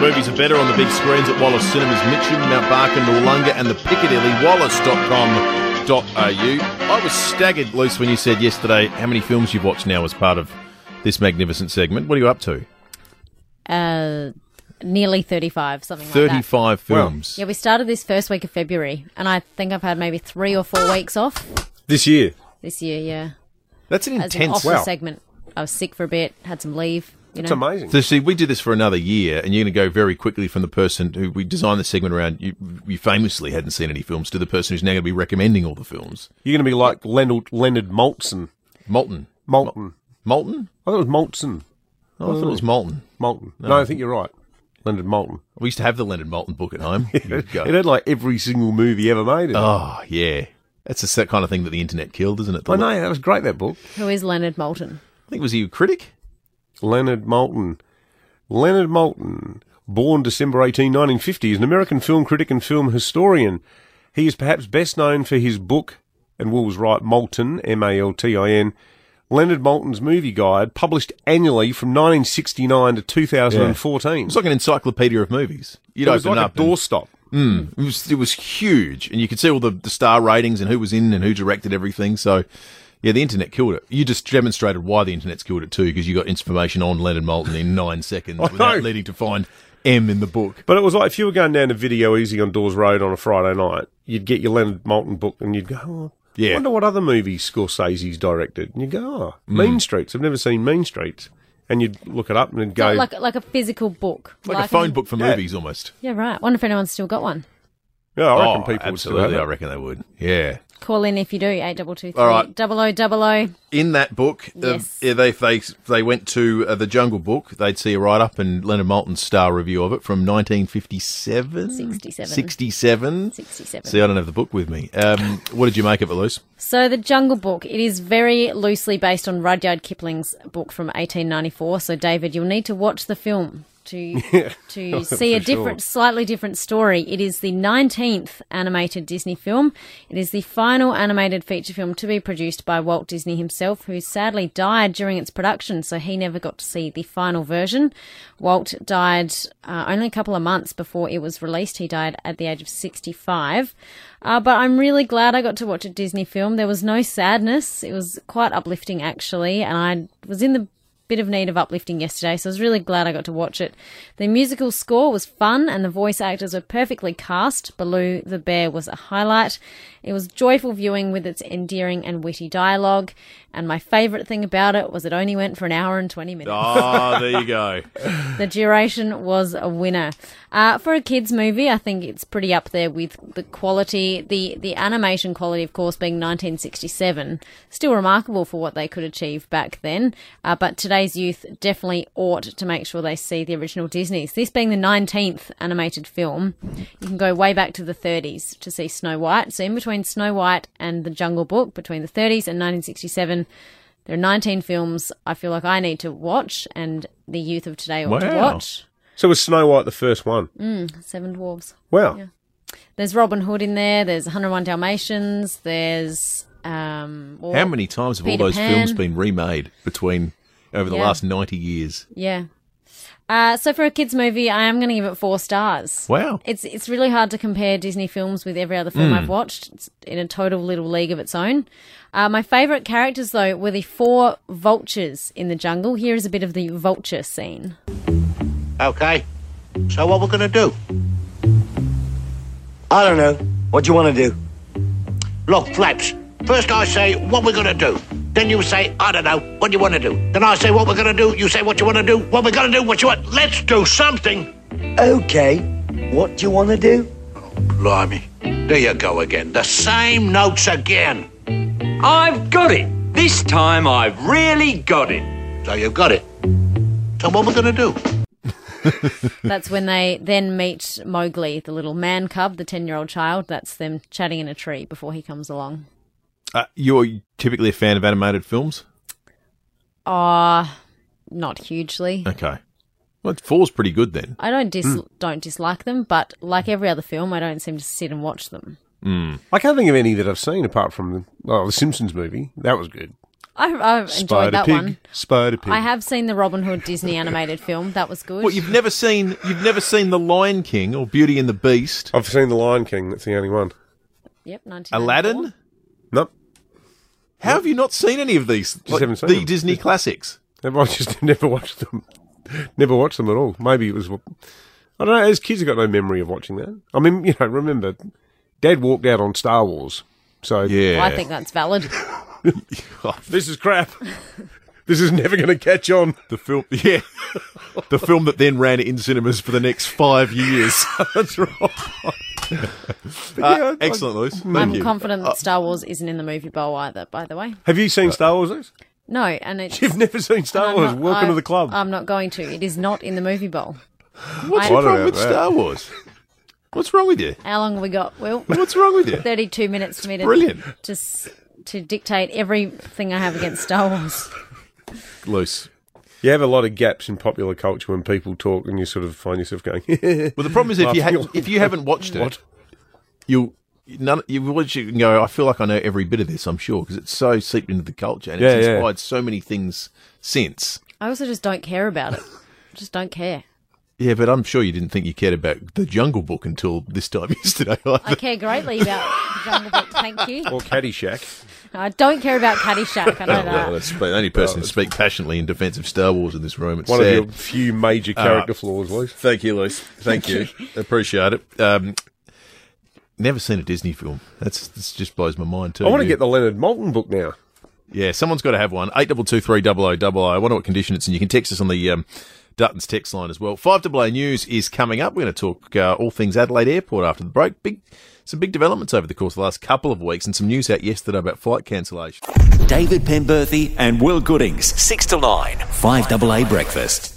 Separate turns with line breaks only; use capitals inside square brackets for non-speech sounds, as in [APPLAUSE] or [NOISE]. Movies are better on the big screens at Wallace Cinemas, Mitcham, Mount Barker, Noolunga, and the Piccadilly. Wallace.com.au. I was staggered, Luce, when you said yesterday how many films you've watched now as part of this magnificent segment. What are you up to?
Uh, nearly 35, something like that.
35 films.
Yeah, we started this first week of February, and I think I've had maybe three or four weeks off
This year.
this year, yeah.
That's an
As an
intense.
office
wow.
segment. I was sick for a bit, had some leave, you know.
It's amazing.
So see, we do this for another year, and you're going to go very quickly from the person who we designed the segment around. You, you famously hadn't seen any films to the person who's now going to be recommending all the films.
You're going to be like Leonard, Leonard Maltson.
Moulton,
Malton.
Moulton.
I thought it was Maltson.
Oh, I thought it was Moulton.
Malton. No, I think you're right. Leonard Malton.
We used to have the Leonard Moulton book at
[LAUGHS]
home. You'd
It
go,
had like every single movie ever made. in it.
oh yeah, that's the set kind of thing that the internet killed, isn't it? The-
I know that was great. That book.
Who is Leonard Moulton?
I think was he a critic?
Leonard Malton. Leonard Malton, born December 18, 1950, is an American film critic and film historian. He is perhaps best known for his book, and Will was right, Malton, M A L T I N, Leonard Malton's Movie Guide, published annually from 1969 to 2014.
It was like an encyclopedia of movies. You'd
it was
open
like a
up. and-
doorstop.
Mm, it was it was huge, and you could see all the, the star ratings and who was in and who directed everything. So, yeah, the internet killed it. You just demonstrated why the internet's killed it too, because you got information on Leonard Moulton in
[LAUGHS]
nine seconds
I
without
know.
needing to find M in the book.
But it was like if you were going down to Video Easy on Dawes Road on a Friday night, you'd get your Leonard Malton book and you'd go, oh,
Yeah.
I wonder what other movies Scorsese's directed. And you'd go, oh, Mean Streets. I've never seen Mean Streets. And you'd look it up and then go,
Like like a physical book.
Oh. Like, a phone
an-
book for
Yeah.
movies, almost.
Yeah, right. Wonder if anyone's still got one.
yeah, I reckon
Oh,
people would still have
absolutely. I
it.
reckon they would. Yeah.
Call in if you do, 8223
All right.
0000.
in that book,
Yes.
uh, if they if they went to uh, the Jungle Book, they'd see a write up and Leonard Moulton's star review of it from 1957,
67.
67.
67.
See, I don't have the book with me. Um, what did you make of it, Luce?
So the Jungle Book, it is very loosely based on Rudyard Kipling's book from 1894. So David, you'll need to watch the film
[LAUGHS]
to to see a
Oh, for sure.
different, slightly different story. It is the 19th animated Disney film. It is the final animated feature film to be produced by Walt Disney himself, who sadly died during its production. So he never got to see the final version. Walt died uh, only a couple of months before it was released. He died at the age of 65. Uh, but I'm really glad I got to watch a Disney film. There was no sadness. It was quite uplifting, actually. And I was in the bit of need of uplifting yesterday, so I was really glad I got to watch it. The musical score was fun, and the voice actors were perfectly cast. Baloo the Bear was a highlight. It was joyful viewing with its endearing and witty dialogue. And my favourite thing about it was it only went for an hour and 20
[LAUGHS]
minutes.
Ah, there you go.
The duration was a winner. Uh, for a kids' movie, I think it's pretty up there with the quality, the the animation quality, of course, being 1967. Still remarkable for what they could achieve back then. Uh, but today's youth definitely ought to make sure they see the original Disney's. This being the 19th animated film, you can go way back to the 30s to see Snow White. So in between Snow White and The Jungle Book, between the 30s and 1967. There are 19 films I feel like I need to watch, and the youth of today ought to
Wow.
watch.
So was Snow White the first one?
Mm, Seven Dwarves.
Wow.
There's Robin Hood in there. There's 101 Dalmatians. There's um. all-
How many times have
Peter
all those
Pan.
films been remade between over the
Yeah.
last 90 years?
Yeah. Uh, so for a kids movie, I am going to give it four stars.
Wow.
It's it's really hard to compare Disney films with every other
Hmm.
film I've watched. It's in a total little league of its own. Uh, my favourite characters though were the four vultures in the jungle. Here is a bit of the vulture scene.
Okay. So what we're gonna do?
I don't know. What do you want to do?
Look, Flaps. First I say what we're gonna do. Then you say, I don't know, what do you wanna do? Then I say what we're gonna do, you say what you wanna do, what we're gonna do, what you want. Let's do something.
Okay. What do you want to do?
Blimey. There you go again. The same notes again.
I've got it. This time I've really got it.
So you've got it. So what we're gonna do?
That's when they then meet Mowgli, the little man cub, the 10 year old child. That's them chatting in a tree before he comes along.
Uh, you're typically a fan of animated films?
Ah, not hugely.
Okay. Well, four's pretty good then.
I don't
Hmm.
dis- don't dislike them, but like every other film, I don't seem to sit and watch them.
I can't think of any that I've seen apart from the, well, the Simpsons movie. That was good.
I, I enjoyed
Spider
that
Pig.
one.
Spider Pig.
I have seen the Robin Hood Disney animated film. That was good.
What you've never seen? You've never seen The Lion King or Beauty and the Beast?
I've seen The Lion King. That's the only one.
yep, 1994.
Aladdin?
Nope.
How have you not seen any of these?
haven't seen
the
them.
Disney classics.
[LAUGHS] Never, I just never watched them. Never watched them at all. Maybe it was. I don't know. As kids, I got no memory of watching that. I mean, [LAUGHS] you know, remember, Dad walked out on Star Wars. So
Yeah,
I
[LAUGHS]
think that's
[LAUGHS]
valid.
Oh,
this is crap. [LAUGHS] this is never going to catch on. [LAUGHS]
the film. [LAUGHS] Yeah, the film that then ran in cinemas for the next five years.
[LAUGHS] That's right.
Uh, [LAUGHS] excellent, Lewis. Thank
I'm
you.
confident
Uh,
that Star Wars isn't in the movie bowl either. By the way,
Have you seen Star Wars? Lex?
no, and it's
[LAUGHS] You've never seen Star
I'm
Wars.
not-
Welcome
I- uh,
to the club.
I'm not going to. It is not in the movie bowl.
What's
I-
wrong
What
with
about that?
Star Wars? What's wrong with you?
How long have we got? Well,
[LAUGHS] What's wrong with
[LAUGHS]
you?
32 minutes for me to
brilliant.
to s- to dictate everything I have against Star Wars.
Loose.
you have a lot of gaps in popular culture when people talk, and you sort of find yourself going. [LAUGHS]
Well, the problem is if you ha-
Laughing.
if you haven't watched it,
What?
you'll none you watch it and go. I feel like I know every bit of this. I'm sure because it's so seeped into the culture and
Yeah,
it's
yeah.
inspired so many things since.
I also just don't care about it. Just don't care.
Yeah, but I'm sure you didn't think you cared about the Jungle Book until this time [LAUGHS] yesterday.
I care greatly about the Jungle Book.
[LAUGHS]
Thank you.
or [LAUGHS] Caddyshack.
I don't care about Caddyshack. I know
Well,
that.
that's the only person to speak passionately in defence of Star Wars in this room. It's
One
sad.
of your few major character flaws, Luce.
Thank you, Luis. Thank you. [LAUGHS] Appreciate it. Um, never seen a Disney film. That's this just blows my mind too.
I want to
You-
get the Leonard Moulton book now.
Yeah, someone's got to have one. Eight double two three double o double o. I wonder what condition it's in. You can text us on the um, Dutton's text line as well. Five double o news is coming up. We're going to talk uh, all things Adelaide Airport after the break. Big, some big developments over the course of the last couple of weeks, and some news out yesterday about flight cancellation.
David Penberthy and Will Goodings, 6 to 9, 5AA Breakfast.